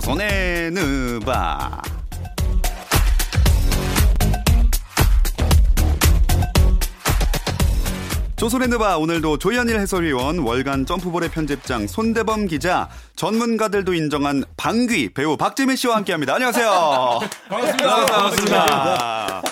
전에 누바. 조선의 누바 오늘도 조현일 해설위원 월간 점프볼의 편집장 손대범 기자 전문가들도 인정한 방귀 배우 박재민 씨와 함께합니다. 안녕하세요. 반갑습니다. 반갑습니다.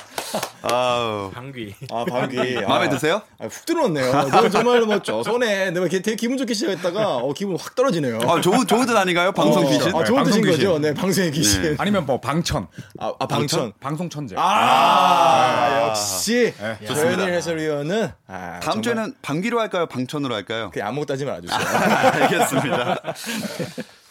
아우 방귀. 아 방귀 마음에 아, 드세요? 아, 훅 들어왔네요. 저 정말로 멋져. 손에 내가 걔 되게 기분 좋게 시작했다가 어, 기분 확 떨어지네요. 아 좋은 좋은 뜻 아닌가요? 방송 어, 귀신. 아 네, 좋은 뜻인 방송 귀신. 거죠. 네 방송의 귀신. 네. 아니면 뭐 방천. 아, 아, 방천. 방송 천재. 아, 역시 조현일 해설위원은 아, 아. 네, 다음 정말 주에는 방귀로 할까요? 방천으로 할까요? 그냥 아무것도 하지 말아주세요. 알겠습니다.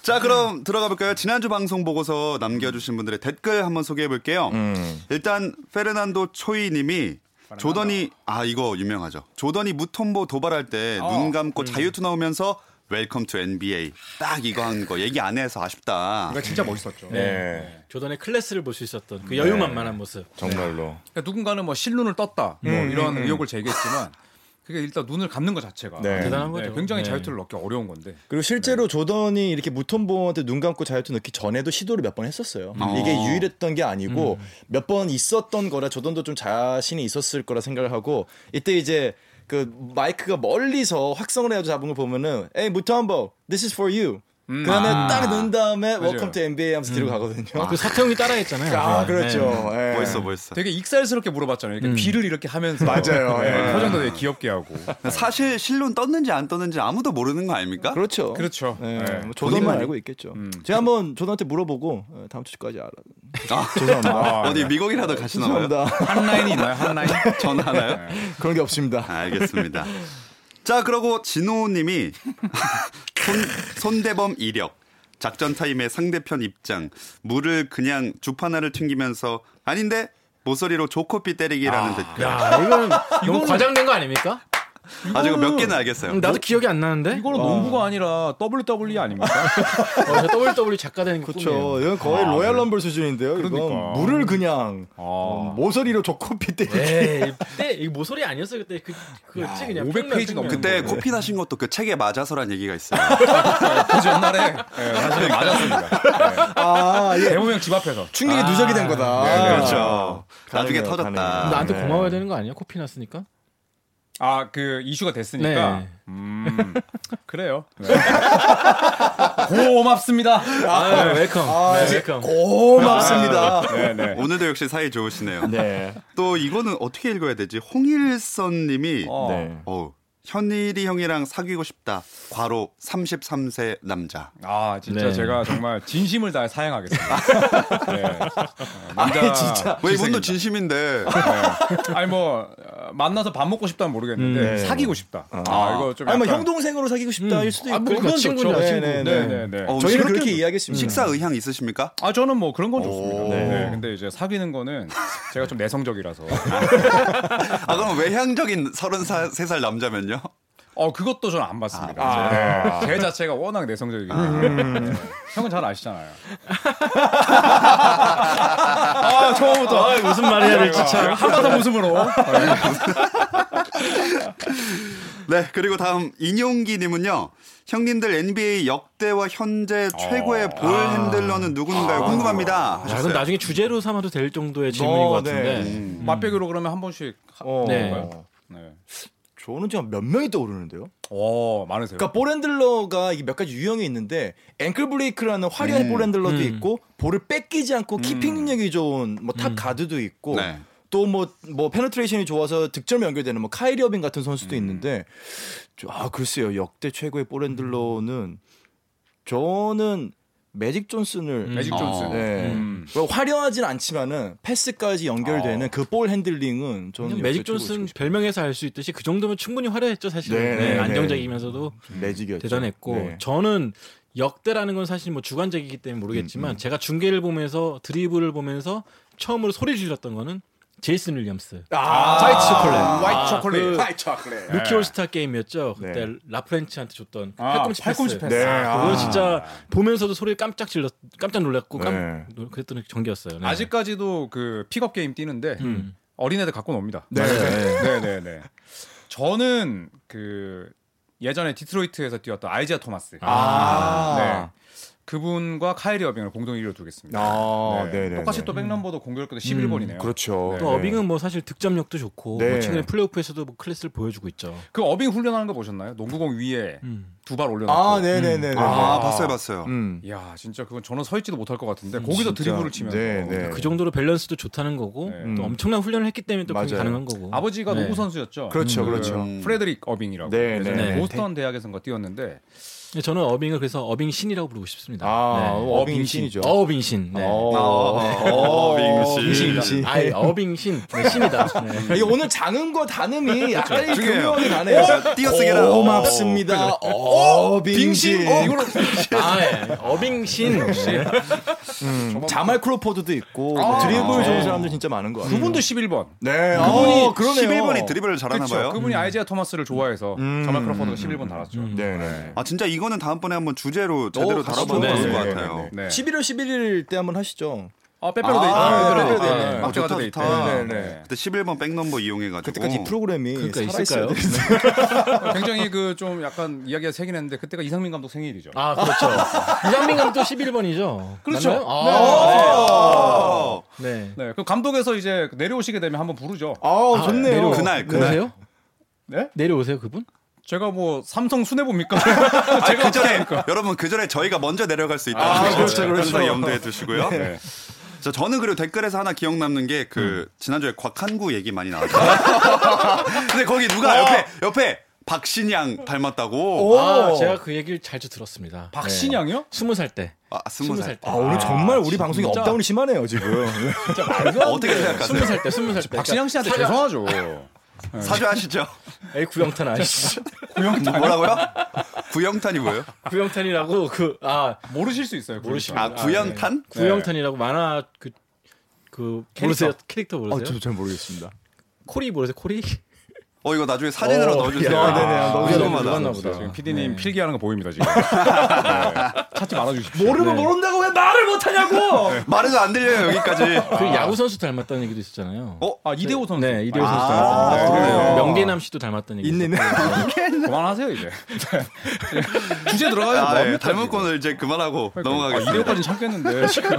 자, 그럼 들어가 볼까요? 지난주 방송 보고서 남겨주신 분들의 댓글 한번 소개해 볼게요. 음. 일단 페르난도 초이 님이 조던이 아 이거 유명하죠. 조던이 무톰보 도발할 때 눈 감고 자유투 나오면서 웰컴 투 NBA 딱 이거 한 거 얘기 안 해서 아쉽다. 그러니까 진짜 멋있었죠. 네 조던의 클래스를 볼 수 있었던 그 여유만만한 모습. 정말로. 그러니까 누군가는 뭐 실눈을 떴다 뭐 음, 이런 의혹을 제기했지만 그게 일단 눈을 감는 것 자체가 네. 아, 대단한 거죠. 굉장히 네. 자유투를 넣기 어려운 건데. 그리고 실제로 조던이 이렇게 무톤보한테 눈 감고 자유투 넣기 전에도 시도를 몇 번 했었어요. 이게 유일했던 게 아니고 몇 번 있었던 거라 조던도 좀 자신이 있었을 거라 생각을 하고 이때 이제 그 마이크가 멀리서 확성을 해가지고 잡은 걸 보면은 에이 무톤보 this is for you 그 안에 딱 넣은 다음에 welcome to NBA 하면서 뒤로 가거든요. 그 서태웅이 따라했잖아요. 아 네. 그렇죠. 예. 멋있어 뭐 멋있어. 되게 익살스럽게 물어봤잖아요. 음. 이렇게 비를 이렇게 하면서 맞아요. 네, 예. 표정도 되게 귀엽게 하고. 사실 실론 떴는지 안 떴는지 아무도 모르는 거 아닙니까? 그렇죠. 그렇죠. 예, 네. 뭐 조던만 알고 음. 있겠죠. 제가 한번 조던한테 물어보고 어, 다음 주까지 알아. 아, 죄송합니다. 아, 어디 네. 미국이라도 가시나 봐요. 죄송합니다. 네. 한 라인이 있나요? 한 라인? 전화 하나요? 그런 게 없습니다. 알겠습니다. 자, 그러고 진호님이 손, 손대범 이력, 작전 타임의 상대편 입장, 물을 그냥 주파나를 튕기면서 아닌데 모서리로 조코피 때리기라는 댓글. 야, 아, 이거는 너무 과장된 거 아닙니까? 아, 지금 몇 개는 알겠어요. 그, 나도 기억이 안 나는데. 이거는 어. 농구가 아니라 WWE 아닙니까? 어, 저 WW 작가 되는 거 꿈이에요. 그렇죠. 이건 거의 로얄 럼블 수준인데요. 그러니까. 이건 물을 그냥 아. 어, 모서리로 조코피 때. 네, 에이, 그때 이 모서리 아니었어 요 그때 그 그였지 그냥 500 평면, 페이지 평면. 넘게. 그때 코피 나신 것도 그 책에 맞아서란 얘기가 있어요. 그 전날에 네, 사실 맞았습니다. 아, 네, 네. 예. 대모명 집 앞에서. 충격이 누적이 된 거다. 그렇죠. 나중에 가능해요, 터졌다. 가능해요. 나한테 네. 고마워야 되는 거 아니야? 코피 났으니까. 아 그 이슈가 됐으니까 네. 음 그래요 고맙습니다 아, 웰컴. 아, 네, 이제 웰컴. 고맙습니다. 네네 오늘도 역시 사이 좋으시네요. 아, 네. 또 이거는 어떻게 읽어야 되지? 홍일선 님이 어. 네. 어, 현일이 형이랑 사귀고 싶다. 과로 33세 남자. 아 진짜 네. 제가 정말 진심을 다해 사양하겠습니다 네. 남자 아니, 진짜. 왜 이분도 질색입니다. 진심인데 네. 아니 뭐 어, 만나서 밥 먹고 싶다는 모르겠는데 음, 네. 사귀고 싶다 아, 이거 좀 아니 뭐 약간- 형동생으로 사귀고 싶다일 수도 아, 있고. 그러니까 그건 친구냐, 좋죠. 친구. 네, 네, 네. 네네네 어, 저희는 그렇게 그렇게 이야기했습니다. 식사 의향 있으십니까? 아 저는 뭐 그런 건 오. 좋습니다. 네. 근데 이제 사귀는 거는 제가 좀 내성적이라서 아 그럼 외향적인 33살 남자면요? 어 그것도 저는 안 봤습니다. 아, 네. 제 자체가 워낙 내성적이기 때문에 음. 네. 형은 잘 아시잖아요. 아 처음부터 아, 아, 무슨 말 해야 될지 참. 한바탕 웃음으로 네 그리고 다음 인용기님은요 형님들 NBA 역대와 현재 최고의 볼 핸들러는 누군가요? 궁금합니다 야, 아, 이건 하셨어요 나중에 주제로 삼아도 될 정도의 질문인 어, 것 같은데. 네. 음, 맛배기로 그러면 한 번씩. 하- 어. 네. 네. 저는 지금 몇 명이 떠오르는데요. 오 어, 많으세요. 네. 그러니까 볼핸들러가 이게 몇 가지 유형이 있는데 앵클 브레이크라는 화려한 볼핸들러도 음. 있고 볼을 뺏기지 않고 키핑 능력이 좋은 뭐 음. 탑 가드도 있고 네. 또 뭐 뭐 페네트레이션이 좋아서 득점 연결되는 뭐 카이리 어빙 같은 선수도 있는데 저- 아 글쎄요 역대 최고의 볼핸들러는 저는 매직 존슨을 음. 매직 존슨. 아, 네. 음. 뭐 화려하진 않지만은 패스까지 연결되는 그 볼 핸들링은 저는 매직 역대 최고 존슨 치고 싶어요. 별명에서 알 수 있듯이 그 정도면 충분히 화려했죠 사실. 그렇죠. 네, 네, 네, 안정적이면서도 매직이었죠. 대단했고 네. 저는 역대라는 건 사실 뭐 주관적이기 때문에 모르겠지만 제가 중계를 보면서 드리블을 보면서 처음으로 소리 질렀던 거는 제이슨 윌리엄스 아, 화이트 초콜릿. 화이트 그 초콜릿. 화이트 초콜릿. 루키 올스타 게임이었죠 그때 네. 라프렌치한테 줬던 네. 아, 팔꿈치 패스, 팔꿈치 패스. 네, 아, 그거 아. 진짜 보면서도 소리 깜짝 질렀 깜짝 놀랐고 네. 깜, 놀- 그랬던 경기였어요 네. 아직까지도 그 픽업 게임 뛰는데 음. 어린애들 갖고 놉니다. 네. 네네네. 저는 그 예전에 디트로이트에서 뛰었던 아이지아 토마스. 아. 네. 그분과 카이리 어빙을 공동 1위로 두겠습니다. 아, 네. 네네네. 음, 똑같이 또 백넘버도 공교롭게도 11번이네요. 그렇죠. 네. 또 어빙은 뭐 사실 득점력도 좋고 네. 뭐 최근에 플레이오프에서도 뭐 클래스를 보여주고 있죠. 그 어빙 훈련하는 거 보셨나요? 농구공 위에 음. 두 발 올려놓고. 아, 네네네. 아, 봤어요, 봤어요. 음. 야 진짜 그건 저는 서 있지도 못할 것 같은데 거기서 드리블을 치면서 아, 네, 네. 그 정도로 밸런스도 좋다는 거고 네. 또 엄청난 훈련을 했기 때문에 또 그게 맞아요. 가능한 거고. 아버지가 네. 농구 선수였죠. 그렇죠, 그 그렇죠. 프레드릭 어빙이라고. 네, 예전에 네, 네. 보스턴 대학에선가 뛰었는데 근데 네, 저는 어빙을 그래서 어빙 신이라고 부르고 싶습니다. 아, 네. 어빙 신이죠. 어빙 신. 네. 아, 어, 어빙 씨. 신. 아이 어빙 신 네, 신이다. 네. 이게 오늘 장음과 단음이 약간 중요해요. 교묘하게 가네요. 띄어쓰기라. 고맙습니다. 어, 빙신. 이거는 아, 예. 어빙 신. 네. 음, 자말 크로포드도 있고 아, 드리블 네. 좋은 사람들 진짜 많은 거 음. 같아요. 아. 그분도 11번. 음. 네. 그분이 어, 그러네요. 11번이 드리블을 잘하나 그렇죠. 봐요. 음. 그분이 아이지아 토마스를 좋아해서 자말 크로포드가 11번 달았죠. 네네. 아 진짜 이거는 다음번에 한번 주제로 제대로 음. 어, 다뤄보면 네, 좋을 것 네, 같아요. 네, 네. 11월 11일 때 한번 하시죠. 아 빼빼로 데이트. 아, 빼빼로 네. 데이트. 네. 아, 좋다, 막대가도 데이트. 좋다. 네, 네. 그때 11번 백넘버 이용해가지고. 그때까지 이 프로그램이 그러니까 살아있어야 있을까요? 되겠어요. 굉장히 그 좀 약간 이야기가 세긴 했는데 그때가 이상민 감독 생일이죠. 아 그렇죠. 이상민 감독 11번이죠. 그렇죠. 어, 네. 네. 그 감독에서 이제 내려오시게 되면 한번 부르죠. 아, 좋네요. 내려- 그날, 그날. 내려오세요? 네? 내려오세요 그분? 제가 뭐 삼성 순회봅니까? 아니, 그 전에 여러분 그 전에 저희가 먼저 내려갈 수 있다. 는 그렇죠, 그렇죠. 염두에 두시고요. 자, 저는 그리고 댓글에서 하나 기억 남는 게 그 지난주에 곽한구 얘기 많이 나왔어요. 근데 거기 누가 옆에 옆에 박신양 닮았다고. 아 제가 그 얘기를 자주 들었습니다. 박신양이요? 스무 살 때. 아, 스무 스무 살. 살 때. 때. 아, 오늘 정말 우리 방송이 업다운이 심하네요, 지금. 어떻게 스무 생각하세요? 살 때. 스무 살 네. 때. 박신양 씨한테 그러니까 죄송하죠. 사죄하시죠. 그러니까, 에이 구영탄 아시죠? 뭐라고요? 구영탄이 뭐예요? 구영탄이라고 그 아 모르실 수 있어요. 모르시면 아, 네. 구영탄? 구영탄이라고 만화 그. 그 모르세요 캐릭터 모르세요? 그 아, 저잘 모르겠습니다. 코리 모르세요 코리? 어, 이거 나중에 사진으로 어, 넣어주세요. 야, 네네, 아, 넣어주세요. 궁금하다. 누가 그러니까 보다. 지금 PD님 필기하는 거 보입니다 지금. 네. 찾지 말아주십시오. 모르면 모른다고 왜 말을 못하냐고! 말해도 안 들려요 여기까지. 그 야구 선수 닮았다는 얘기도 있었잖아요. 어? 아 이대호 선수. 네 이대호 선수 아, 닮았다는 얘기. 그래요? 명계남 씨도 닮았다는 얘기. 있네. 그만하세요 이제. 네. 주제 들어가요. 아, 뭐 네. 합니까, 닮은 꼴을 이제 그만하고 지금? 아, 넘어가겠습니다. 이대호까지는 참겠는데. 지금.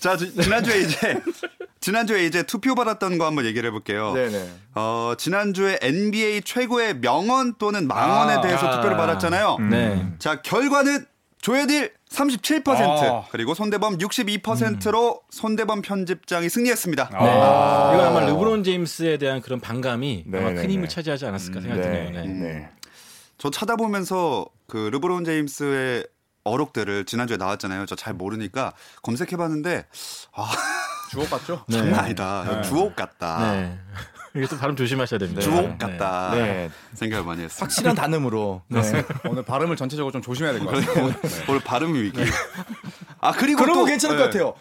자 지, 지난주에 이제 지난주에 이제 투표 받았던 거 한번 얘기를 해볼게요. 네네. 어 지난주에 NBA 최고의 명언 또는 망언에 아, 대해서 아. 투표를 받았잖아요. 네. 자 결과는 조혜딜 37% 아. 그리고 손대범 62%로 손대범 편집장이 승리했습니다. 네. 이건 아마 르브론 제임스에 대한 그런 반감이 네, 아마 네, 큰 네. 힘을 차지하지 않았을까 생각이 네. 드네요. 네. 네. 네. 저 찾아보면서 그 르브론 제임스의 어록들을 지난주에 나왔잖아요. 저 잘 모르니까 검색해봤는데 아, 주옥 같죠? 네. 장난 아니다. 주옥 같다. 네. 이게 또 발음 조심하셔야 됩니다. 주옥 같다. 네. 생각을 많이 했어요. 확실한 단음으로. 오늘 발음을 전체적으로 좀 조심해야 될 것 같아요. 네. 오늘 발음 위기. 아 그리고 그러면 또- 괜찮을 네. 것 같아요.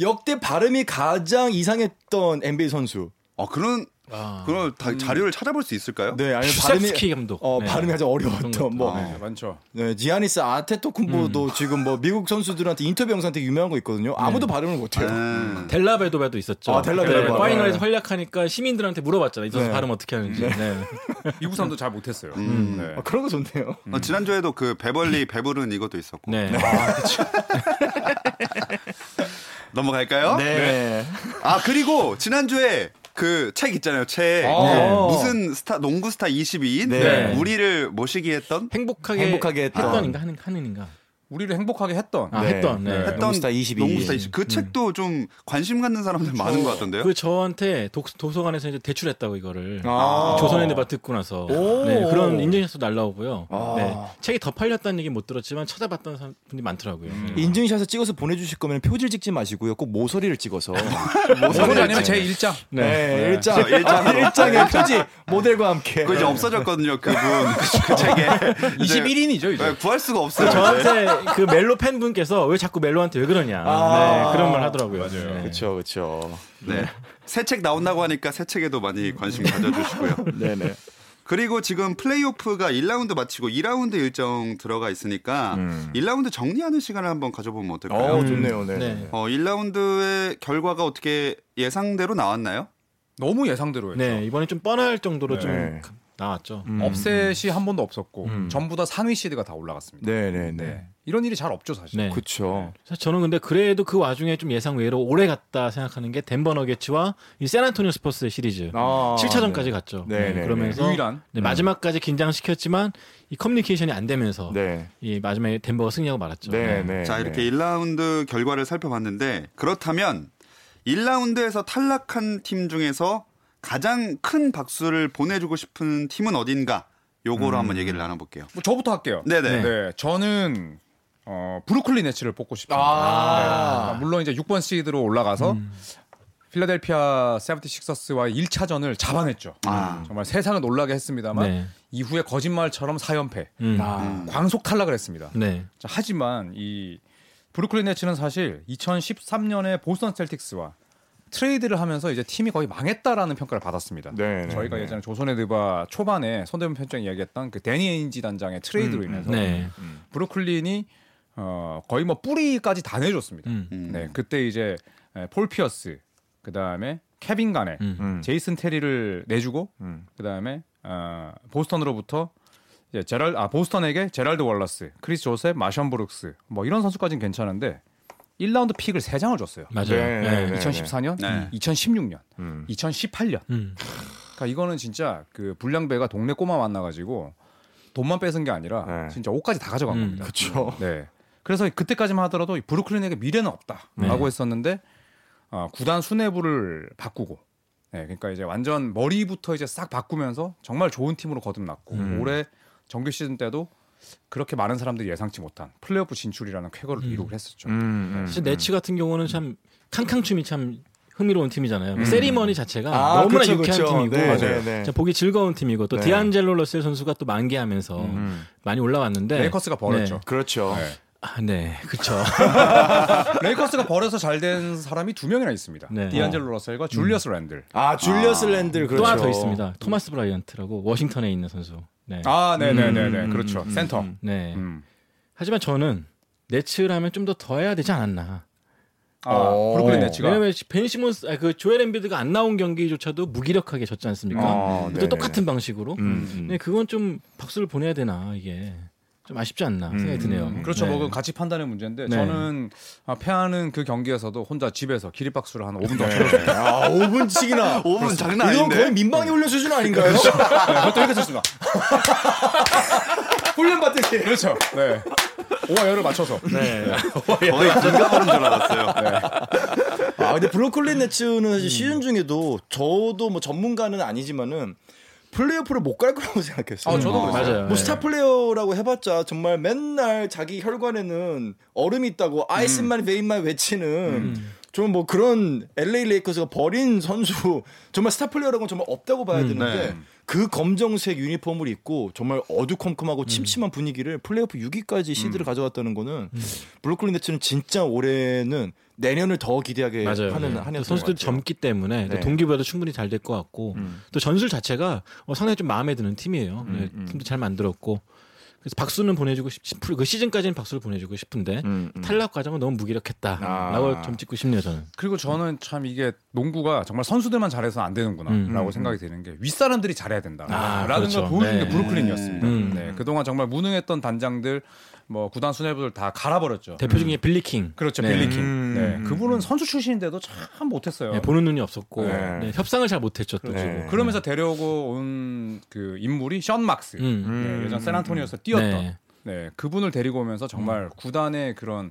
역대 발음이 가장 이상했던 NBA 선수. 아 그런 아. 그런 다, 자료를 찾아볼 수 있을까요? 음. 네, 아니면 슈셉스키 감독. 어, 네. 발음이 가장 어려웠던 어떤 뭐 네, 많죠. 네, 지아니스 아테토쿤보도 지금 뭐 미국 선수들한테 인터뷰 영상한테 유명한 거 있거든요. 아무도 발음을 못 해요. 음. 델라베도바도 있었죠. 아, 델라베도바. 네, 네. 파이널에서 활약하니까 시민들한테 물어봤잖아요. 이 선수 네. 발음 어떻게 하는지. 네. 이구 사람도 잘 못했어요. 음. 네. 아, 그런 거 좋네요. 어, 지난주에도 그 배벌리 배부른 이것도 있었고 네. 넘어갈까요? 네. 아 그리고 지난주에 그 책 있잖아요 책 네. 무슨 스타 농구 스타 22인 네. 우리를 모시기 했던 행복하게, 행복하게 했던. 했던인가 하는 하는인가. 우리를 행복하게 했던. 아, 네. 했던. 네. 했던 농구 스타 음. 22. 농구 스타 22. 그 책도 좀 관심 갖는 사람들 많은 것 같던데요. 그 저한테 독, 도서관에서 이제 대출했다고 이거를 아. 조선의 내바 듣고 나서 오. 네, 그런 인증샷도 날라오고요. 아. 네, 책이 더 팔렸다는 얘기 못 들었지만 찾아봤던 사람- 분이 많더라고요. 음. 네. 인증샷을 찍어서 보내주실 거면 표지를 찍지 마시고요. 꼭 모서리를 찍어서. 모서리 뭐 아니면 제 1장. 네, 일장. 저 일장으로. 일장에 표지 모델과 함께. 그 이제 없어졌거든요 그분 그 책에 21인이죠, 이제. 네, 구할 수가 없어요. 저한테 그 멜로 팬분께서 왜 자꾸 멜로한테 왜 그러냐 아. 네, 그런 말 하더라고요. 네. 그렇죠, 그렇죠. 네. 새 책 나온다고 하니까 새 책에도 많이 관심 가져주시고요. 네네. 그리고 지금 플레이오프가 1라운드 마치고 2라운드 일정 들어가 있으니까 1라운드 정리하는 시간을 한번 가져보면 어떨까요? 어, 좋네요, 네. 네. 어, 1라운드의 결과가 어떻게 예상대로 나왔나요? 너무 예상대로 했죠. 네, 이번에 좀 뻔할 정도로 좀 네. 나왔죠. 음. 업셋이 한 번도 없었고 음. 전부 다 상위 시드가 다 올라갔습니다. 네네네. 네. 이런 일이 잘 없죠 사실. 네. 그렇죠. 사실 저는 근데 그래도 그 와중에 좀 예상 외로 오래 갔다 생각하는 게 덴버 너게츠와 이 샌안토니오 스퍼스의 시리즈 아, 네. 7차전까지 갔죠. 네, 네, 그러면서 유일한. 네, 마지막까지 긴장시켰지만 이 커뮤니케이션이 안 되면서 네. 이 마지막에 덴버가 승리하고 말았죠. 네, 네. 자, 이렇게 1라운드 결과를 살펴봤는데 그렇다면 1라운드에서 탈락한 팀 중에서 가장 큰 박수를 보내주고 싶은 팀은 어딘가? 요거로 한번 얘기를 나눠볼게요. 뭐 저부터 할게요. 네네. 네, 저는 어, 브루클린 네츠를 뽑고 싶습니다. 아, 아. 물론 이제 6번 시드로 올라가서 필라델피아 세븐티식서스와 1차전을 잡아냈죠. 음. 아. 정말 세상을 놀라게 했습니다만 네. 이후에 거짓말처럼 4연패 음. 아. 광속 탈락을 했습니다. 네. 자, 하지만 이 브루클린 네츠는 사실 2013년에 보스턴 셀틱스와 트레이드를 하면서 이제 팀이 거의 망했다라는 평가를 받았습니다. 네, 네, 저희가 네. 예전에 조선의 드바 초반에 손대문 편장 이야기했던 그 데니 에인지 단장의 음, 트레이드로 인해서 네. 브루클린이 어, 거의 뭐 뿌리까지 다 내줬습니다. 음. 음. 네, 그때 이제 에, 폴 피어스 그 다음에 케빈 간에 음. 음. 제이슨 테리를 내주고 음. 그 다음에 어, 보스턴으로부터 이제 제랄 아 보스턴에게 제랄드 월러스, 크리스 조셉, 마션 브룩스 뭐 이런 선수까지는 괜찮은데 1라운드 픽을 3 장을 줬어요. 맞아요. 네, 네, 네. 2014년, 네. 2016년, 음. 2018년. 음. 그러니까 이거는 진짜 그 불량배가 동네 꼬마 만나가지고 돈만 뺏은 게 아니라 네. 진짜 옷까지 다 가져간 음, 겁니다. 그렇죠. 네. 그래서 그때까지만 하더라도 이 브루클린에게 미래는 없다라고 네. 했었는데 어, 구단 수뇌부를 바꾸고 네, 그러니까 이제 완전 머리부터 이제 싹 바꾸면서 정말 좋은 팀으로 거듭났고 음. 올해 정규 시즌 때도 그렇게 많은 사람들이 예상치 못한 플레이오프 진출이라는 쾌거를 이룩을 했었죠. 음. 사실 네츠 같은 경우는 참 캉캉춤이 참 흥미로운 팀이잖아요. 음. 세리머니 자체가 아, 너무나 그쵸, 유쾌한 그쵸. 팀이고 네, 네, 네. 진짜 보기 즐거운 팀이고 또 네. 디안젤로 러셀 선수가 또 만개하면서 음. 네, 많이 올라왔는데 레이커스가 벌었죠. 그렇죠. 네. 아, 네, 그렇죠. 레이커스가 벌어서 잘 된 사람이 두 명이나 있습니다. 네. 디안젤로 러셀과 줄리어스 랜들. 아, 줄리어스 랜들 그렇죠. 또 하나 더 있습니다. 토마스 브라이언트라고 워싱턴에 있는 선수. 네, 아, 네네네네. 음, 그렇죠. 음, 센터. 음. 네. 음. 하지만 저는 네츠라면 좀 더 더 해야 되지 않았나. 아, 어. 브루클린 네츠가. 왜냐면 벤 시몬스, 아, 그 조엘 엠비드가 안 나온 경기조차도 무기력하게 졌지 않습니까? 아, 또 네네. 똑같은 방식으로. 음. 네, 그건 좀 박수를 보내야 되나 이게 좀 아쉽지 않나 생각이 드네요. 음. 그렇죠. 네. 뭐 그건 가치 판단의 문제인데 네. 저는 아, 패하는 그 경기에서도 혼자 집에서 기립박수를 한 5분 동안 쳐줬어요. 아, 5분씩이나. 5분 장난 이건 아닌데. 거의 민방위 훈련 수준 아닌가요? 네, 그것도 이렇게 쳤습니다. 훈련 받듯이. 그렇죠. 네. 오와 열을 맞춰서. 네. 거의 긴가하는 줄 알았어요. 아 근데 브로콜리 네츠는 사실 시즌 중에도 저도 뭐 전문가는 아니지만은 플레이오프를 못 갈 거라고 생각했어요. 아, 저도 그랬어요. 맞아요. 뭐 네. 스타 플레이어라고 해봤자 정말 맨날 자기 혈관에는 얼음이 있다고 아이스만 베인만 외치는 좀 뭐 그런 LA 레이커스가 버린 선수 정말 스타 플레이어라고는 정말 없다고 봐야 되는데 네. 그 검정색 유니폼을 입고 정말 어두컴컴하고 침침한 분위기를 플레이오프 6위까지 시드를 가져왔다는 거는 브루클린 네츠는 진짜 올해는 내년을 더 기대하게 맞아요. 하는 네. 한 해였던 선수들이 것 같아요. 젊기 때문에 또 네. 동기부여도 충분히 잘 될 것 같고 또 전술 자체가 어, 상당히 좀 마음에 드는 팀이에요. 네, 팀도 잘 만들었고 그래서 박수는 보내주고 싶, 그 시즌까지는 박수를 보내주고 싶은데 탈락 과정은 너무 무기력했다라고 아. 점 찍고 싶네요 저는. 그리고 저는 참 이게 농구가 정말 선수들만 잘해서 안 음. 되는구나라고 생각이 드는 게 윗사람들이 잘해야 된다라는 아, 걸 그렇죠. 보여준 게 네. 브루클린이었습니다. 음. 네, 그동안 정말 무능했던 단장들 뭐 구단 수뇌부들 다 갈아버렸죠. 대표 중에 빌리킹. 그렇죠. 네. 빌리킹. 음. 네. 그분은 선수 출신인데도 참 못했어요. 네, 보는 눈이 없었고 네. 네, 협상을 잘 못했죠 또. 네. 그러면서 데려오고 온 그 인물이 션 막스. 음. 네, 예전 샌안토니오에서 뛰었던 네. 네. 그분을 데리고 오면서 정말 구단의 그런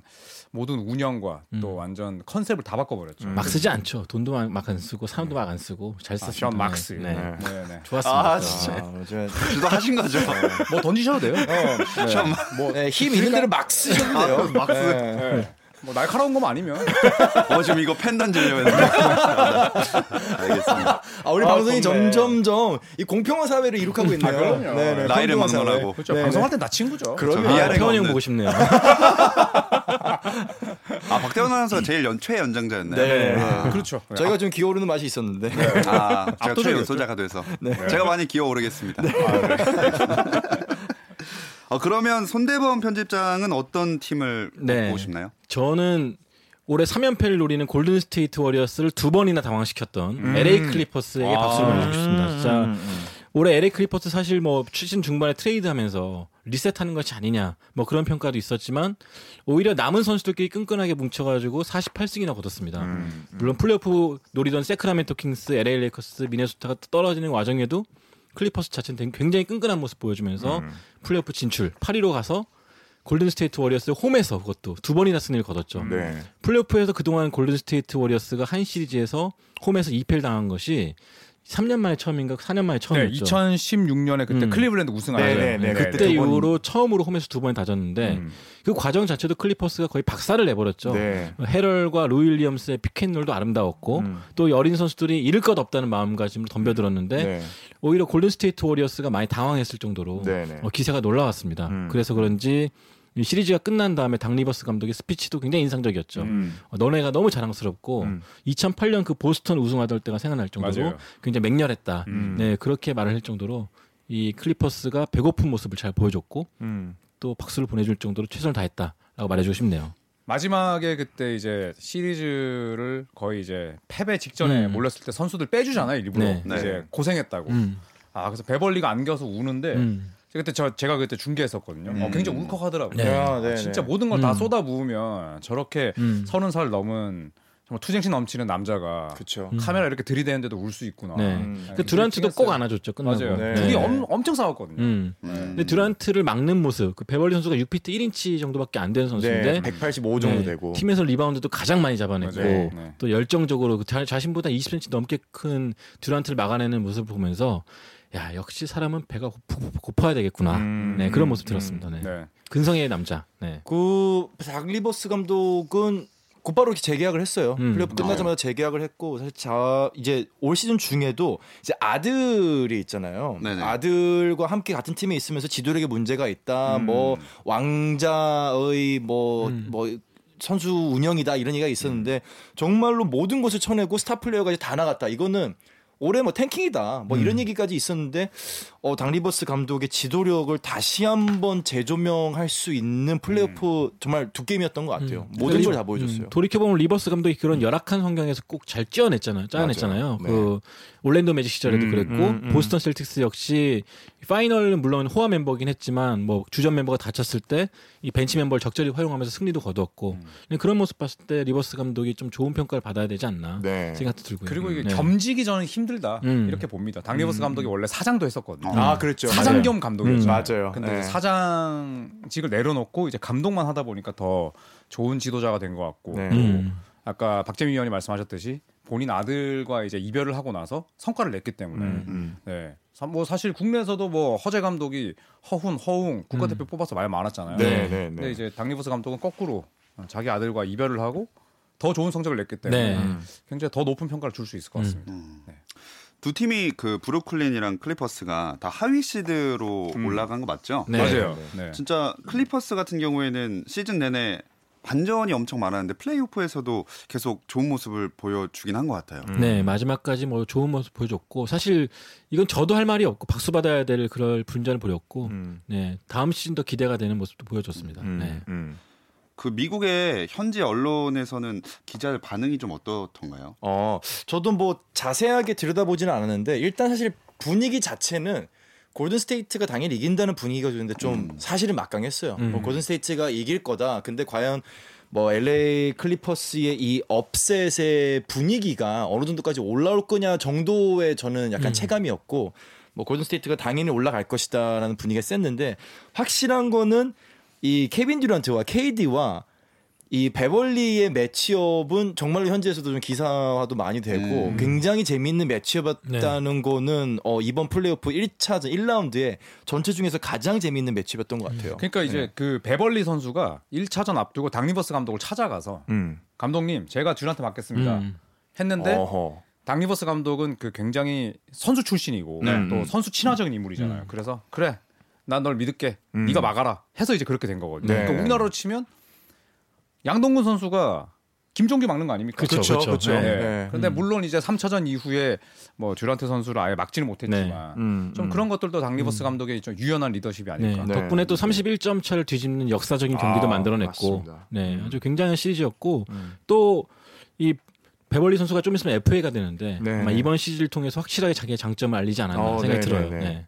모든 운영과 또 완전 컨셉을 다 바꿔버렸죠. 음. 막 쓰지 않죠. 돈도 막 안 쓰고 사람도 막 안 쓰고 잘 음. 아, 썼어요. 션 막스. 네. 네. 네, 네. 좋았습니다. 아 진짜. 주도하신 거죠. 네. 뭐 던지셔도 돼요. 네. 뭐, 네, 그러니까 힘 있는 대로 막 쓰셔도 돼요. 막스. 네. 뭐 날카로운 것만 아니면 어, 지금 이거 팬 던지려고 했는데. 알겠습니다. 아, 우리 아, 방송이 좋네. 점점점 이 공평한 사회를 이룩하고 있네요. 아, 그럼요. 나이를 공평한 막론하고. 사회. 그렇죠. 네, 방송할 네. 땐 나 친구죠. 그럼요. 저 미안해. 아, 태원이 형 없는. 보고 싶네요. 아, 박태원 아나운서가 제일 연, 최 연장자였네요. 네. 아, 그렇죠. 네. 저희가 좀 기어오르는 맛이 있었는데. 아, 제가 최 압도적이었죠. 연소자가 돼서. 제가 많이 기어 오르겠습니다. 아, 네. 어, 그러면 손대범 편집장은 어떤 팀을 네. 보고 싶나요? 저는 올해 3연패를 노리는 골든 스테이트 워리어스를 두 번이나 당황시켰던 LA 클리퍼스에게 박수를 보내고 싶습니다. 진짜 올해 에릭 크리퍼스 사실 뭐 출신 중반에 트레이드하면서 리셋하는 것이 아니냐 뭐 그런 평가도 있었지만 오히려 남은 선수들끼리 끈끈하게 뭉쳐가지고 48승이나 거뒀습니다. 물론 플레이오프 노리던 세크라멘토 킹스, LA 레이커스, 미네소타가 떨어지는 와중에도 클리퍼스 자체는 굉장히 끈끈한 모습 보여주면서 플레이오프 진출 8위로 가서 골든스테이트 워리어스 홈에서 그것도 두 번이나 승리를 거뒀죠. 네. 플레이오프에서 그동안 골든스테이트 워리어스가 한 시리즈에서 홈에서 2패를 당한 것이 3년 만에 처음인가 4년 만에 네, 처음이었죠. 2016년에 그때 음. 클리블랜드 우승한 네, 네, 네, 네. 그때 두 번- 이후로 처음으로 홈에서 두 번에 다졌는데 음. 그 과정 자체도 클리퍼스가 거의 박살을 그렇죠. 내버렸죠. 네. 헤럴과 루일리엄스의 피켓놀도 아름다웠고 음. 또 여린 선수들이 잃을 것 없다는 마음가짐으로 덤벼들었는데 네. 오히려 골든스테이트 워리어스가 많이 당황했을 정도로 네네. 어, 기세가 놀라웠습니다. 음. 그래서 그런지 이 시리즈가 끝난 다음에 당 리버스 감독의 스피치도 굉장히 인상적이었죠. 음. 어, 너네가 너무 자랑스럽고 음. 2008년 그 보스턴 우승하던 때가 생각날 정도로 맞아요. 굉장히 맹렬했다. 음. 네 그렇게 말을 할 정도로 이 클리퍼스가 배고픈 모습을 잘 보여줬고 음. 또 박수를 보내줄 정도로 최선을 다했다라고 말해주고 싶네요. 마지막에 그때 이제 시리즈를 거의 이제 패배 직전에 음. 몰렸을 때 선수들 빼주잖아요 일부러 네. 네. 이제 고생했다고. 음. 아 그래서 베벌리가 안겨서 우는데 음. 그때 저 제가 그때 중계했었거든요. 어, 굉장히 울컥하더라고요. 네. 아, 음. 네, 아, 진짜 네. 모든 걸 다 음. 쏟아 부으면 저렇게 음. 서른 살 넘은 정말 투쟁심 넘치는 남자가 그렇죠. 카메라 이렇게 들이대는데도 울 수 있구나. 음. 네. 음. 아, 그 두란트도 꼭 안아줬죠. 끝나고. 맞아요. 네. 둘이 네. 엄, 엄청 싸웠거든요. 음. 근데 듀란트를 막는 모습. 그 베벌리 선수가 6피트 1인치 정도밖에 안 되는 선수인데 네, 185 정도 네, 되고. 팀에서 리바운드도 가장 많이 잡아냈고 맞아요. 네. 또 열정적으로 그 자, 자신보다 20cm 넘게 큰 듀란트를 막아내는 모습을 보면서 야 역시 사람은 배가 고프, 고파야 되겠구나. 음, 네 그런 모습 음, 들었습니다. 네. 네. 근성의 남자. 네. 그닥 리버스 감독은 곧바로 이렇게 재계약을 했어요. 음. 플레이오프 끝나자마자 재계약을 했고 사실 자 이제 올 시즌 중에도 이제 아들이 있잖아요. 네네. 아들과 함께 같은 팀에 있으면서 지도력에 문제가 있다. 음. 뭐 왕자의 뭐 뭐 선수 운영이다 이런 얘기가 있었는데 음. 정말로 모든 것을 쳐내고 스타 플레이어까지 다 나갔다. 이거는 올해 뭐 탱킹이다 뭐 음. 이런 얘기까지 있었는데 어, 당 리버스 감독의 지도력을 다시 한번 재조명할 수 있는 플레이오프 정말 두 게임이었던 것 같아요. 모든 걸 다 보여줬어요. 음, 돌이켜보면 리버스 감독이 그런 열악한 환경에서 꼭 잘 찌어냈잖아요. 짜냈잖아요. 맞아요. 네. 그 올랜도 매직 시절에도 음, 그랬고 음, 음. 보스턴 셀틱스 역시 파이널은 물론 호화 멤버긴 했지만 뭐 주전 멤버가 다쳤을 때 이 벤치 멤버를 적절히 활용하면서 승리도 거두었고 음. 근데 그런 모습 봤을 때 리버스 감독이 좀 좋은 평가를 받아야 되지 않나 네. 생각도 들고요. 그리고 이게 네. 겸직이 저는 힘들다 음. 이렇게 봅니다. 당리버스 감독이 원래 사장도 했었거든요. 아 그랬죠. 사장 맞아요. 겸 감독이었죠. 음, 맞아요. 근데 네. 이제 사장직을 내려놓고 이제 감독만 하다 보니까 더 좋은 지도자가 된 것 같고 네. 음. 아까 박재민 위원이 말씀하셨듯이 본인 아들과 이제 이별을 하고 나서 성과를 냈기 때문에 음. 네. 사- 뭐 사실 국내에서도 뭐 허재 감독이 허훈, 허웅 국가대표 뽑아서 말 많았잖아요. 네, 네, 네. 근데 이제 당리버스 감독은 거꾸로 자기 아들과 이별을 하고 더 좋은 성적을 냈기 때문에 네. 음. 굉장히 더 높은 평가를 줄 수 있을 것 음. 같습니다. 네. 두 팀이 그 브루클린이랑 클리퍼스가 다 하위 시드로 올라간 거 맞죠? 네. 맞아요. 네. 진짜 클리퍼스 같은 경우에는 시즌 내내 반전이 엄청 많았는데 플레이오프에서도 계속 좋은 모습을 보여주긴 한 것 같아요. 음. 음. 네 마지막까지 뭐 좋은 모습 보여줬고 사실 이건 저도 할 말이 없고 박수 받아야 될 그럴 분전을 보였고 음. 네 다음 시즌 더 기대가 되는 모습도 보여줬습니다. 음. 네. 음. 그 미국의 현지 언론에서는 기자들 반응이 좀 어떻던가요? 어, 저도 뭐 자세하게 들여다보지는 않았는데 일단 사실 분위기 자체는 골든 스테이트가 당연히 이긴다는 분위기가 좋은데 좀 사실은 막강했어요. 음. 뭐 골든 스테이트가 이길 거다. 근데 과연 뭐 LA 클리퍼스의 이 업셋의 분위기가 어느 정도까지 올라올 거냐 정도의 저는 약간 체감이었고 뭐 골든 스테이트가 당연히 올라갈 것이다라는 분위기가 셌는데 확실한 거는 이 케빈 듀란트와 KD와 이 베벌리의 매치업은 정말로 현지에서도 좀 기사화도 많이 되고 굉장히 재미있는 매치업이었다는 거는 어, 이번 플레이오프 1차전 1라운드에 전체 중에서 가장 재미있는 매치업이었던 것 같아요. 그러니까 이제 그 베벌리 선수가 1차전 앞두고 당리버스 감독을 찾아가서 음. 감독님 제가 듀란트 맡겠습니다 음. 했는데 어허. 당리버스 감독은 그 굉장히 선수 출신이고 네. 또 선수 친화적인 음. 인물이잖아요. 그래서 그래 난 널 믿을게 네가 막아라 해서 이제 그렇게 된 거거든요. 네. 그러니까 우리나라로 치면 양동근 선수가 김종규 막는 거 아닙니까? 그쵸, 그쵸, 그쵸. 음. 그쵸. 네. 네. 그런데 물론 이제 3차전 이후에 뭐 듀란트 선수를 아예 막지는 못했지만 네. 음. 좀 그런 것들도 당리버스 감독의 좀 유연한 리더십이 네, 아닐까. 네. 덕분에 또 31점 차를 뒤집는 역사적인 경기도 네, 아, 만들어냈고, 맞습니다. 음. 네, 아주 굉장한 시리즈였고 또 이 베벌리 선수가 좀 있으면 FA가 되는데 네. 아마 이번 시즌을 통해서 확실하게 자기의 장점을 알리지 않았나 어, 생각이 네, 들어요. 네, 네. 네.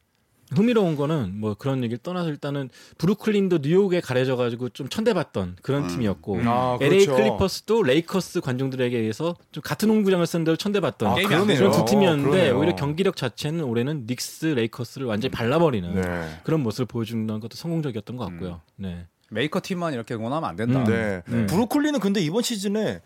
흥미로운 거는 뭐 그런 얘기를 떠나서 일단은 브루클린도 뉴욕에 가려져 가지고 좀 천대받던 그런 팀이었고 음. 아, LA 그렇죠. 클리퍼스도 레이커스 관중들에게 의해서 좀 같은 홈구장을 쓴 대로 천대받던 아, 그런 그러네요. 두 팀이었는데 그러네요. 음. 오히려 경기력 자체는 올해는 닉스 레이커스를 완전히 발라버리는 네. 그런 모습을 보여주는 것도 성공적이었던 것 같고요. 네. 메이커 팀만 이렇게 응원하면 안 된다. 음, 네. 네. 브로콜리는 근데 이번 시즌에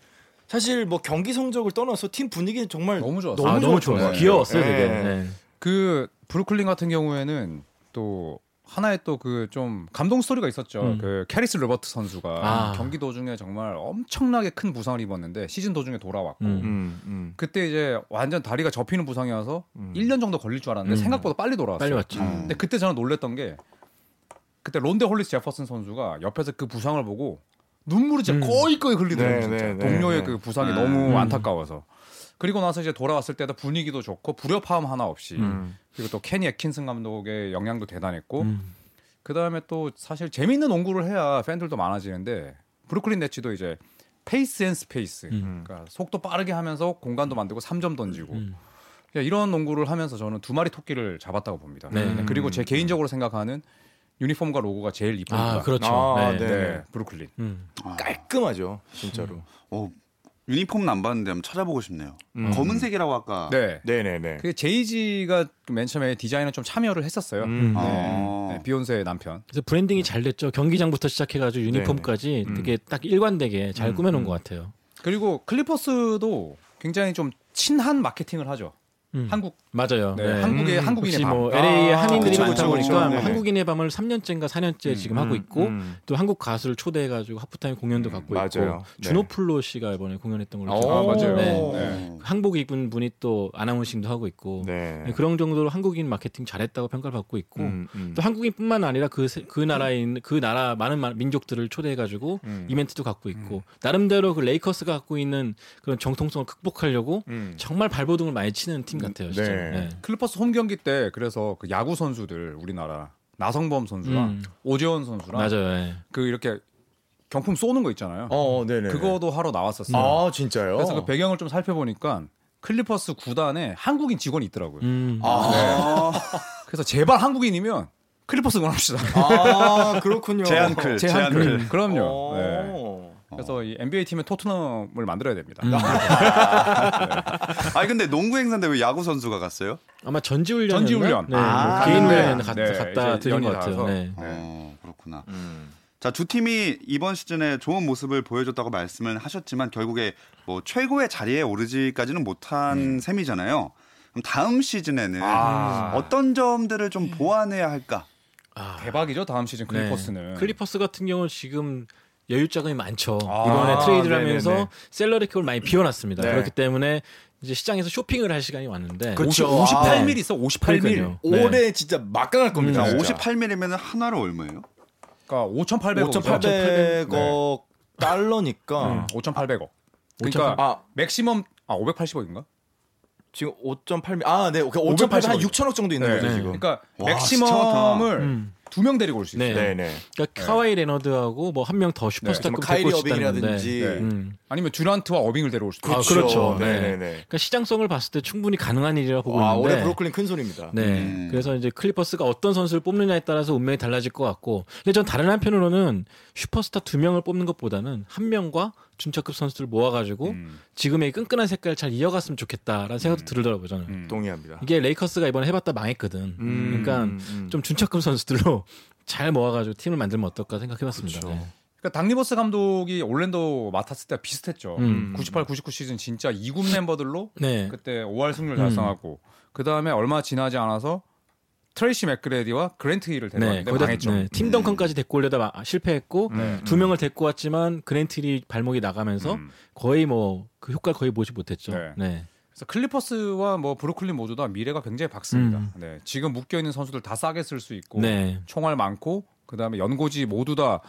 사실 뭐 경기 성적을 떠나서 팀 분위기는 정말 너무 좋았어. 너무 아, 좋았던 너무 좋아요. 거예요. 귀여웠어요, 네. 되게. 네. 그 브루클린 같은 경우에는 또 하나의 또 그 좀 감동 스토리가 있었죠. 음. 그 캐리스 로버트 선수가 아. 경기 도중에 정말 엄청나게 큰 부상을 입었는데 시즌 도중에 돌아왔고 음. 음, 음. 그때 이제 완전 다리가 접히는 부상이어서 음. 1년 정도 걸릴 줄 알았는데 음. 생각보다 빨리 돌아왔어요. 빨리 왔죠. 음. 근데 그때 저는 놀랬던 게 그때 론데 홀리스 제퍼슨 선수가 옆에서 그 부상을 보고 눈물이 진짜 음. 꺼이꺼이 흘리더라고요. 네, 진짜. 네, 네, 동료의 네. 그 부상이 음. 너무 음. 안타까워서. 그리고 나서 이제 돌아왔을 때도 분위기도 좋고 불협화음 하나 없이 음. 그리고 또 케니 에킨슨 감독의 영향도 대단했고 음. 그 다음에 또 사실 재밌는 농구를 해야 팬들도 많아지는데 브루클린 네츠도 이제 페이스 앤 스페이스 음. 그러니까 속도 빠르게 하면서 공간도 만들고 3점 던지고 음. 그냥 이런 농구를 하면서 저는 두 마리 토끼를 잡았다고 봅니다. 네. 네, 그리고 제 개인적으로 생각하는 유니폼과 로고가 제일 이쁩니다. 아, 그렇죠. 아, 네. 네. 그러니까. 네, 브루클린. 음. 깔끔하죠 진짜로. 어, 유니폼은 안 봤는데 한번 찾아보고 싶네요. 음. 검은색이라고 아까. 네. 네네네. 그 제이지가 맨 처음에 디자인을 좀 참여를 했었어요. 음. 아. 네, 비욘세의 남편. 그래서 브랜딩이 잘 됐죠. 경기장부터 시작해가지고 유니폼까지 음. 되게 딱 일관되게 잘 음, 꾸며놓은 음. 것 같아요. 그리고 클리퍼스도 굉장히 좀 친한 마케팅을 하죠. 음. 한국 맞아요. 네, 한국의 음, 한국인의 혹시 밤. 뭐 LA의 아, 한인들이 그쵸, 많다 그쵸, 보니까 그쵸. 네네. 한국인의 밤을 3년째인가 4년째 지금 하고 있고 음. 또 한국 가수를 초대해가지고 하프타임 공연도 갖고 맞아요. 있고 네. 준호플로 씨가 이번에 공연했던 걸로 아, 기억하고 맞아요. 어. 네. 네. 한복 입은 분이 또 아나운싱도 하고 음. 있고 네. 네, 그런 정도로 한국인 마케팅 잘했다고 평가를 받고 있고 음, 음. 또 한국인뿐만 아니라 그 그 나라에 있는 그 나라 많은 마- 민족들을 초대해가지고 음. 이벤트도 갖고 있고 나름대로 그 레이커스가 갖고 있는 그런 정통성을 극복하려고 음. 정말 발버둥을 많이 치는 팀 같아요. 진짜. 네. 네. 클리퍼스 홈 경기 때 그래서 그 야구 선수들 우리나라 나성범 선수랑 음. 오재원 선수랑 맞아요. 예. 그 이렇게 경품 쏘는 거 있잖아요. 어, 네네. 그거도 하러 나왔었어요. 아 진짜요? 그래서 그 배경을 좀 살펴보니까 클리퍼스 구단에 한국인 직원이 있더라고요. 음. 아. 그래서 제발 한국인이면 클리퍼스 응원합시다. 아 그렇군요. 제한클, 제 한글. 제한클. 그럼요. 어. 네. 그래서 이 NBA 팀의 토트넘을 만들어야 됩니다. 아, 아니 근데 농구 행사인데 왜 야구 선수가 갔어요? 아마 전지훈련 전지훈련. 네, 아. 개인 훈련 네. 갔다 네, 갔다 이제 드린 것 연이 같아요. 닿아서. 네. 어, 그렇구나. 음. 자, 두 팀이 이번 시즌에 좋은 모습을 보여줬다고 말씀을 하셨지만 결국에 뭐 최고의 자리에 오르지까지는 못한 셈이잖아요. 그럼 다음 시즌에는 아. 어떤 점들을 좀 보완해야 할까? 아. 대박이죠 다음 시즌 네. 클리퍼스는. 클리퍼스 같은 경우는 지금 여유 자금이 많죠. 아, 이번에 트레이드를 네네네. 하면서 셀러리캡을 많이 비워놨습니다. 네. 그렇기 때문에 이제 시장에서 쇼핑을 할 시간이 왔는데 그렇죠. 58mm 있어 58mm. 그러니까요. 네. 음. 올해 진짜 막강할 겁니다. 자, 진짜. 58mm면 하나로 얼마예요? 그러니까 5,800억. 네. 5,800억 달러니까 네. 5,800억. 그러니까 어. 그러니까 아 맥시멈 아 580억인가? 지금 5.8미 아네 5.8한 6천억 정도 네, 있는 거죠 지금. 그러니까 와, 맥시멈을 음. 두 명 데리고 올 수 있어요. 네. 네네. 그러니까 카와이 레너드하고 뭐 한 명 더 뭐 슈퍼스타급 카이리 데리고 싶다는데. 어빙이라든지 네. 음. 아니면 듀란트와 어빙을 데려올 수도 아, 있고. 그렇죠. 네. 네네네. 그러니까 시장성을 봤을 때 충분히 가능한 일이라고 보고 아 있는데. 올해 브로클린 큰 아, 소리입니다. 네. 음. 그래서 이제 클리퍼스가 어떤 선수를 뽑느냐에 따라서 운명이 달라질 것 같고. 근데 전 다른 한편으로는 슈퍼스타 두 명을 뽑는 것보다는 한 명과 준차급 선수를 모아가지고 음. 지금의 끈끈한 색깔 잘 이어갔으면 좋겠다라는 생각도 들더라고요 저는. 음. 동의합니다. 이게 레이커스가 이번에 해봤다 망했거든. 음, 그러니까 음. 좀 준차급 선수들로 잘 모아가지고 팀을 만들면 어떨까 생각해봤습니다. 그렇죠. 네. 그러니까 당리버스 감독이 올랜도 맡았을 때 비슷했죠. 음. 98, 99 시즌 진짜 2군 멤버들로 네. 그때 5할 승률 음. 달성하고 그 다음에 얼마 지나지 않아서 트레이시 맥그레디와 그랜트 힐을 데려왔는데 거기다- 망했죠. 음. 네, 팀 덩컨까지 데리고 올려다 마- 실패했고 네. 두 명을 데리고 왔지만 그랜트리 발목이 나가면서 음. 거의 뭐 그 효과 를 거의 보지 못했죠. 네. 네. 그래서 클리퍼스와 뭐 브루클린 모두 다 미래가 굉장히 밝습니다. 음. 네, 음, 지금 묶여 있는 선수들 다 싸게 쓸 수 있고 네. 총알 많고 그다음에 연고지 모두 다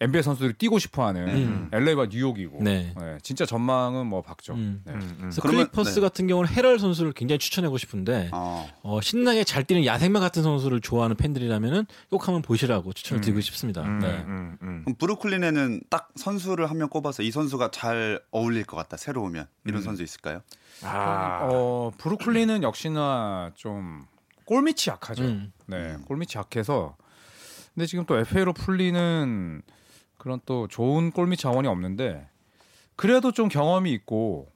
NBA 선수들이 뛰고 싶어하는 LA와 뉴욕이고 음. 네. 네, 진짜 전망은 뭐 박죠. 음. 네. 그래서 그러면- 클리퍼스 네. 같은 경우는 헤럴 선수를 굉장히 추천하고 싶은데 어. 어, 신나게 잘 뛰는 야생마 같은 선수를 좋아하는 팬들이라면은 꼭 한번 보시라고 추천을 드리고 싶습니다. 음, 네. 음, 음. 그럼 브루클린에는 딱 선수를 한 명 꼽아서 이 선수가 잘 어울릴 것 같다. 새로 오면 이런 선수 있을까요? 아, 어, 브루클린은 역시나 좀 골밑이 약하죠. 음. 네, 골밑이 약해서 근데 지금 또 FA로 풀리는 그런 또 좋은 골밑 자원이 없는데 그래도 좀 경험이 있고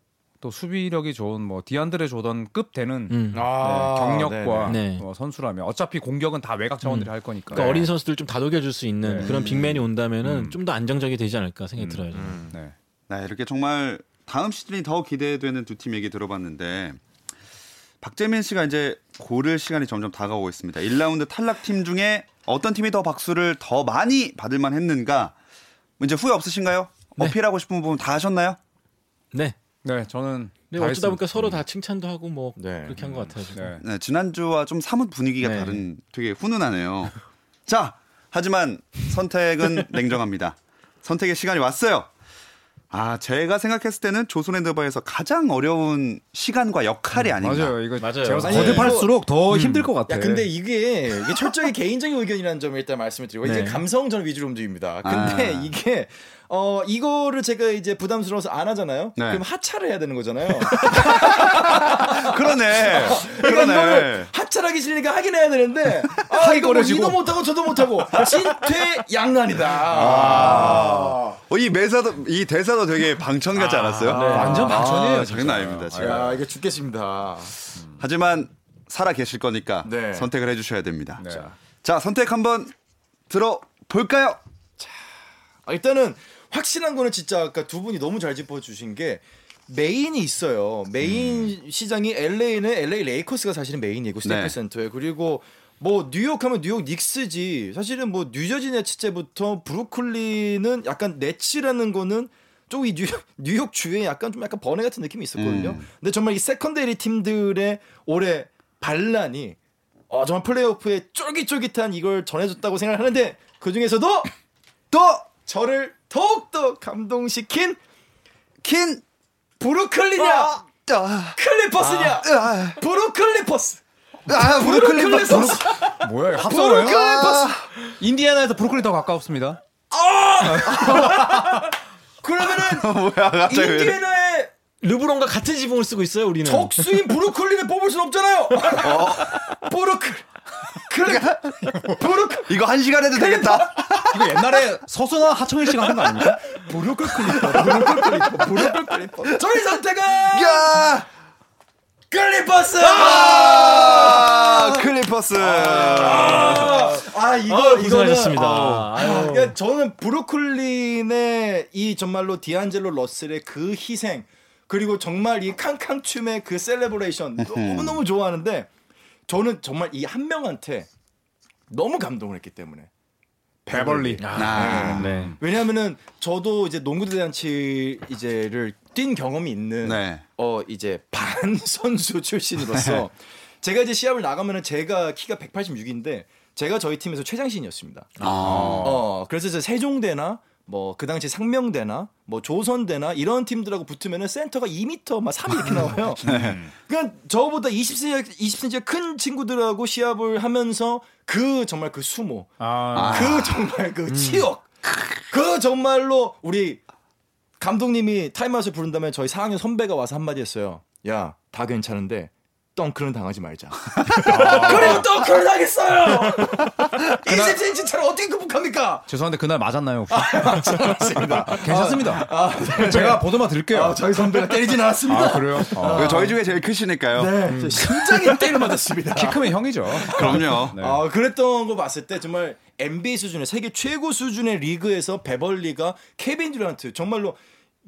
또 수비력이 좋은 뭐 디안드레 조던급 되는 음. 아, 네, 경력과 네네. 네. 어, 선수라면 어차피 공격은 다 외곽 자원들이 할 거니까. 그러니까 어린 선수들 좀 다독여줄 수 있는 네. 그런 빅맨이 온다면은 음. 좀 더 안정적이 되지 않을까 생각이 음. 들어요. 저는. 네. 네, 이렇게 정말 다음 시즌이 더 기대되는 두 팀 얘기 들어봤는데 박재민 씨가 이제 고를 시간이 점점 다가오고 있습니다. 1라운드 탈락팀 중에 어떤 팀이 더 박수를 더 많이 받을 만 했는가? 이제 후회 없으신가요? 네. 어필하고 싶은 부분 다 하셨나요? 네. 네, 저는 다 근데 어쩌다 했습니다. 보니까 서로 다 칭찬도 하고 뭐 네. 그렇게 한 것 같아요. 지금. 네. 네, 지난주와 좀 사뭇 분위기가 네. 다른 되게 훈훈하네요. 자, 하지만 선택은 냉정합니다. 선택의 시간이 왔어요. 아, 제가 생각했을 때는 조선랜드바에서 가장 어려운 시간과 역할이 아닌가. 맞아요. 이거 맞아요. 제가 음. 아니, 거듭할수록 더 힘들 것 네. 같아. 야, 근데 이게, 이게 철저히 개인적인 의견이라는 점을 일단 말씀을 드리고 이게 감성 전 위주로 움직입니다. 근데 네. 아. 이게 어 이거를 제가 이제 부담스러워서 안 하잖아요. 네. 그럼 하차를 해야 되는 거잖아요. 그러네. 그러니까 그러네. 이거를 하차하기 싫으니까 하긴 해야 되는데 아 이거 뭐 이도 못하고 저도 못하고 진퇴양난이다. 어, 이 매사도 이 대사도 되게 방청 같지 않았어요? 완전 방천이에요. 아, 장난 아닙니다. 지금. 야 이거 죽겠습니다. 하지만 살아 계실 거니까 네. 선택을 해주셔야 됩니다. 네. 자, 자, 선택 한번 들어볼까요? 아, 일단은 확실한 거는 진짜 아까 두 분이 너무 잘 짚어주신 게 메인이 있어요. 메인 시장이 LA는 LA 레이커스가 사실은 메인이고 스테이플 음. 네. 센터에 그리고 뭐 뉴욕 하면 뉴욕 닉스지 사실은 뭐 뉴저지 네츠제부터 브루클린은 약간 네츠라는 거는 좀이 뉴욕, 뉴욕 주에 약간 좀 약간 번외 같은 느낌이 있었거든요. 음. 근데 정말 이 세컨데리 팀들의 올해 반란이 어, 정말 플레이오프에 쫄깃쫄깃한 이걸 전해줬다고 생각하는데 그 중에서도 더 저를 더욱더 감동시킨 킨 브루클리냐 아, 클리퍼스냐 아, 브루클리퍼스 아, 브루클린 박스. 브루클리퍼스 뭐야? 이거 아, 합성어예요? 브루클리퍼스 인디애나에서 브루클린 더 가까웠습니다. 그러면은 아, 뭐야, 갑자기 왜 이래. 인디애나의 르브론과 같은 지붕을 쓰고 있어요. 우리는. 적수인 브루클린을 뽑을 순 없잖아요 브루클 클리 브루클 이거 한 시간 해도 되겠다. 이거 옛날에 서수나 하청일 씨가 하는 거 아닙니까? 브루클 클리퍼 브루클 클리퍼 브루클 클리퍼 저희 선택은 야! 클리퍼스 아, 클리퍼스. 아 아, 이거 고생하셨습니다. 이거는, 아, 아유. 그러니까 저는 브루클린의 이 정말로 디안젤로 러셀의 그 희생 그리고 정말 이 캉캉 춤의 그 셀레브레이션 너무 너무 좋아하는데 저는 정말 이 한 명한테 너무 감동을 했기 때문에 베벌리. 아, 네. 왜냐하면은 저도 이제 농구 대잔치 이제를 뛴 경험이 있는 네. 어 이제 반 선수 출신으로서 제가 이제 시합을 나가면은 제가 키가 186인데 제가 저희 팀에서 최장신이었습니다. 아. 어, 그래서 이제 세종대나 뭐 그 당시 상명대나 뭐 조선대나 이런 팀들하고 붙으면은 센터가 2m 막 3 이렇게 나와요. 그러니까 저보다 20cm 20cm 큰 친구들하고 시합을 하면서 그 정말 그 수모, 아, 그 정말 그 치욕, 그 정말로 우리 감독님이 타임아웃을 부른다면 저희 4학년 선배가 와서 한마디 했어요. 야, 다 괜찮은데 덩크는 당하지 말자. 아. 그래요, 덩크를 당했어요. 20cm 차를 어떻게 극복합니까? 죄송한데 그날 아, 맞았나요 혹시? 맞습니다. 괜찮습니다. 아, 네. 제가 보도만 드릴게요. 아, 저희 선배가 때리진 않았습니다. 아, 그래요? 어. 이거 저희 중에 제일 크시니까요. 네, 저 심장에 때려 맞았습니다. 키 크면 형이죠. 그럼요. 네. 아, 그랬던 거 봤을 때 정말 NBA 수준의 세계 최고 수준의 리그에서 베벌리가 케빈 듀란트 정말로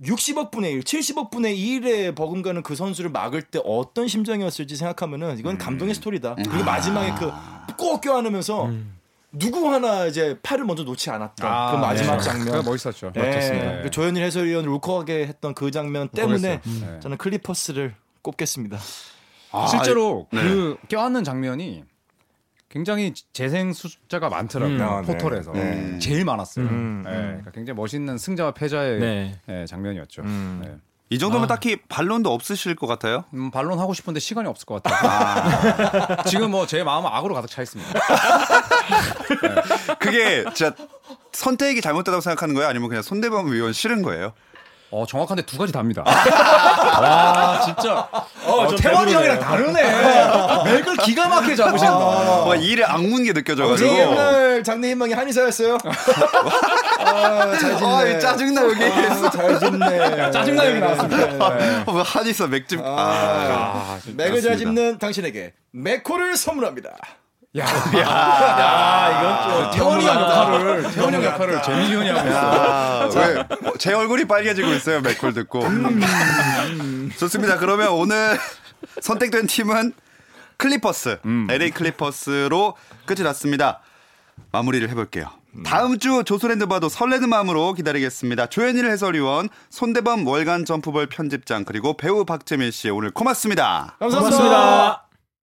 60억 분의 1, 70억 분의 1에 버금가는 그 선수를 막을 때 어떤 심정이었을지 생각하면은 이건 음. 감동의 스토리다. 그리고 아. 마지막에 그꼭 껴안으면서 누구 하나 이제 팔을 먼저 놓지 않았던 음. 아, 그 마지막 네. 장면. 그거 멋있었죠. 네, 그 조현일 해설위원 울컥하게 했던 그 장면 때문에 울컥했어요. 네. 저는 클리퍼스를 꼽겠습니다. 아, 실제로 네. 그 껴안는 장면이 굉장히 재생 숫자가 많더라고요. 음. 포털에서 네. 제일 많았어요. 음. 예, 그러니까 굉장히 멋있는 승자와 패자의 네. 예, 장면이었죠. 음. 네. 이 정도면 딱히 반론도 없으실 것 같아요. 음, 반론 하고 싶은데 시간이 없을 것 같아요. 지금 뭐 제 마음은 악으로 가득 차 있습니다. 그게 진짜 선택이 잘못됐다고 생각하는 거예요? 아니면 그냥 손대범 의원 싫은 거예요? 어, 정확한데 두 가지 답니다. 아 진짜. 어, 저 태원이 형이랑 다르네. 맥을 기가 막히게 잡으시는 거. 뭔가 이 일에 악문 게 느껴져가지고. 우리 옛날 장래 희망이 한의사였어요. 아, 잘 아, 짓네. 이 짜증나 여기. 아, 잘 짓네. 짜증나 여기 나왔습니다. 뭐 한의사 맥집. 아, 아. 맥을 잘 맞습니다. 짚는 당신에게 맥코를 선물합니다. 야, 그 아, 이건 좀 태원이 형 역할을 태원이 형 역할을 재민이 형이 하고 있어. 아, 왜? 제 얼굴이 빨개지고 있어요, 맥콜 듣고. 좋습니다. 그러면 오늘 선택된 팀은 클리퍼스, LA 클리퍼스로 끝이 났습니다. 마무리를 해볼게요. 다음 주 조선랜드 바도 설레는 마음으로 기다리겠습니다. 조현일 해설위원, 손대범 월간 점프볼 편집장, 그리고 배우 박재민 씨 오늘 고맙습니다. 감사합니다.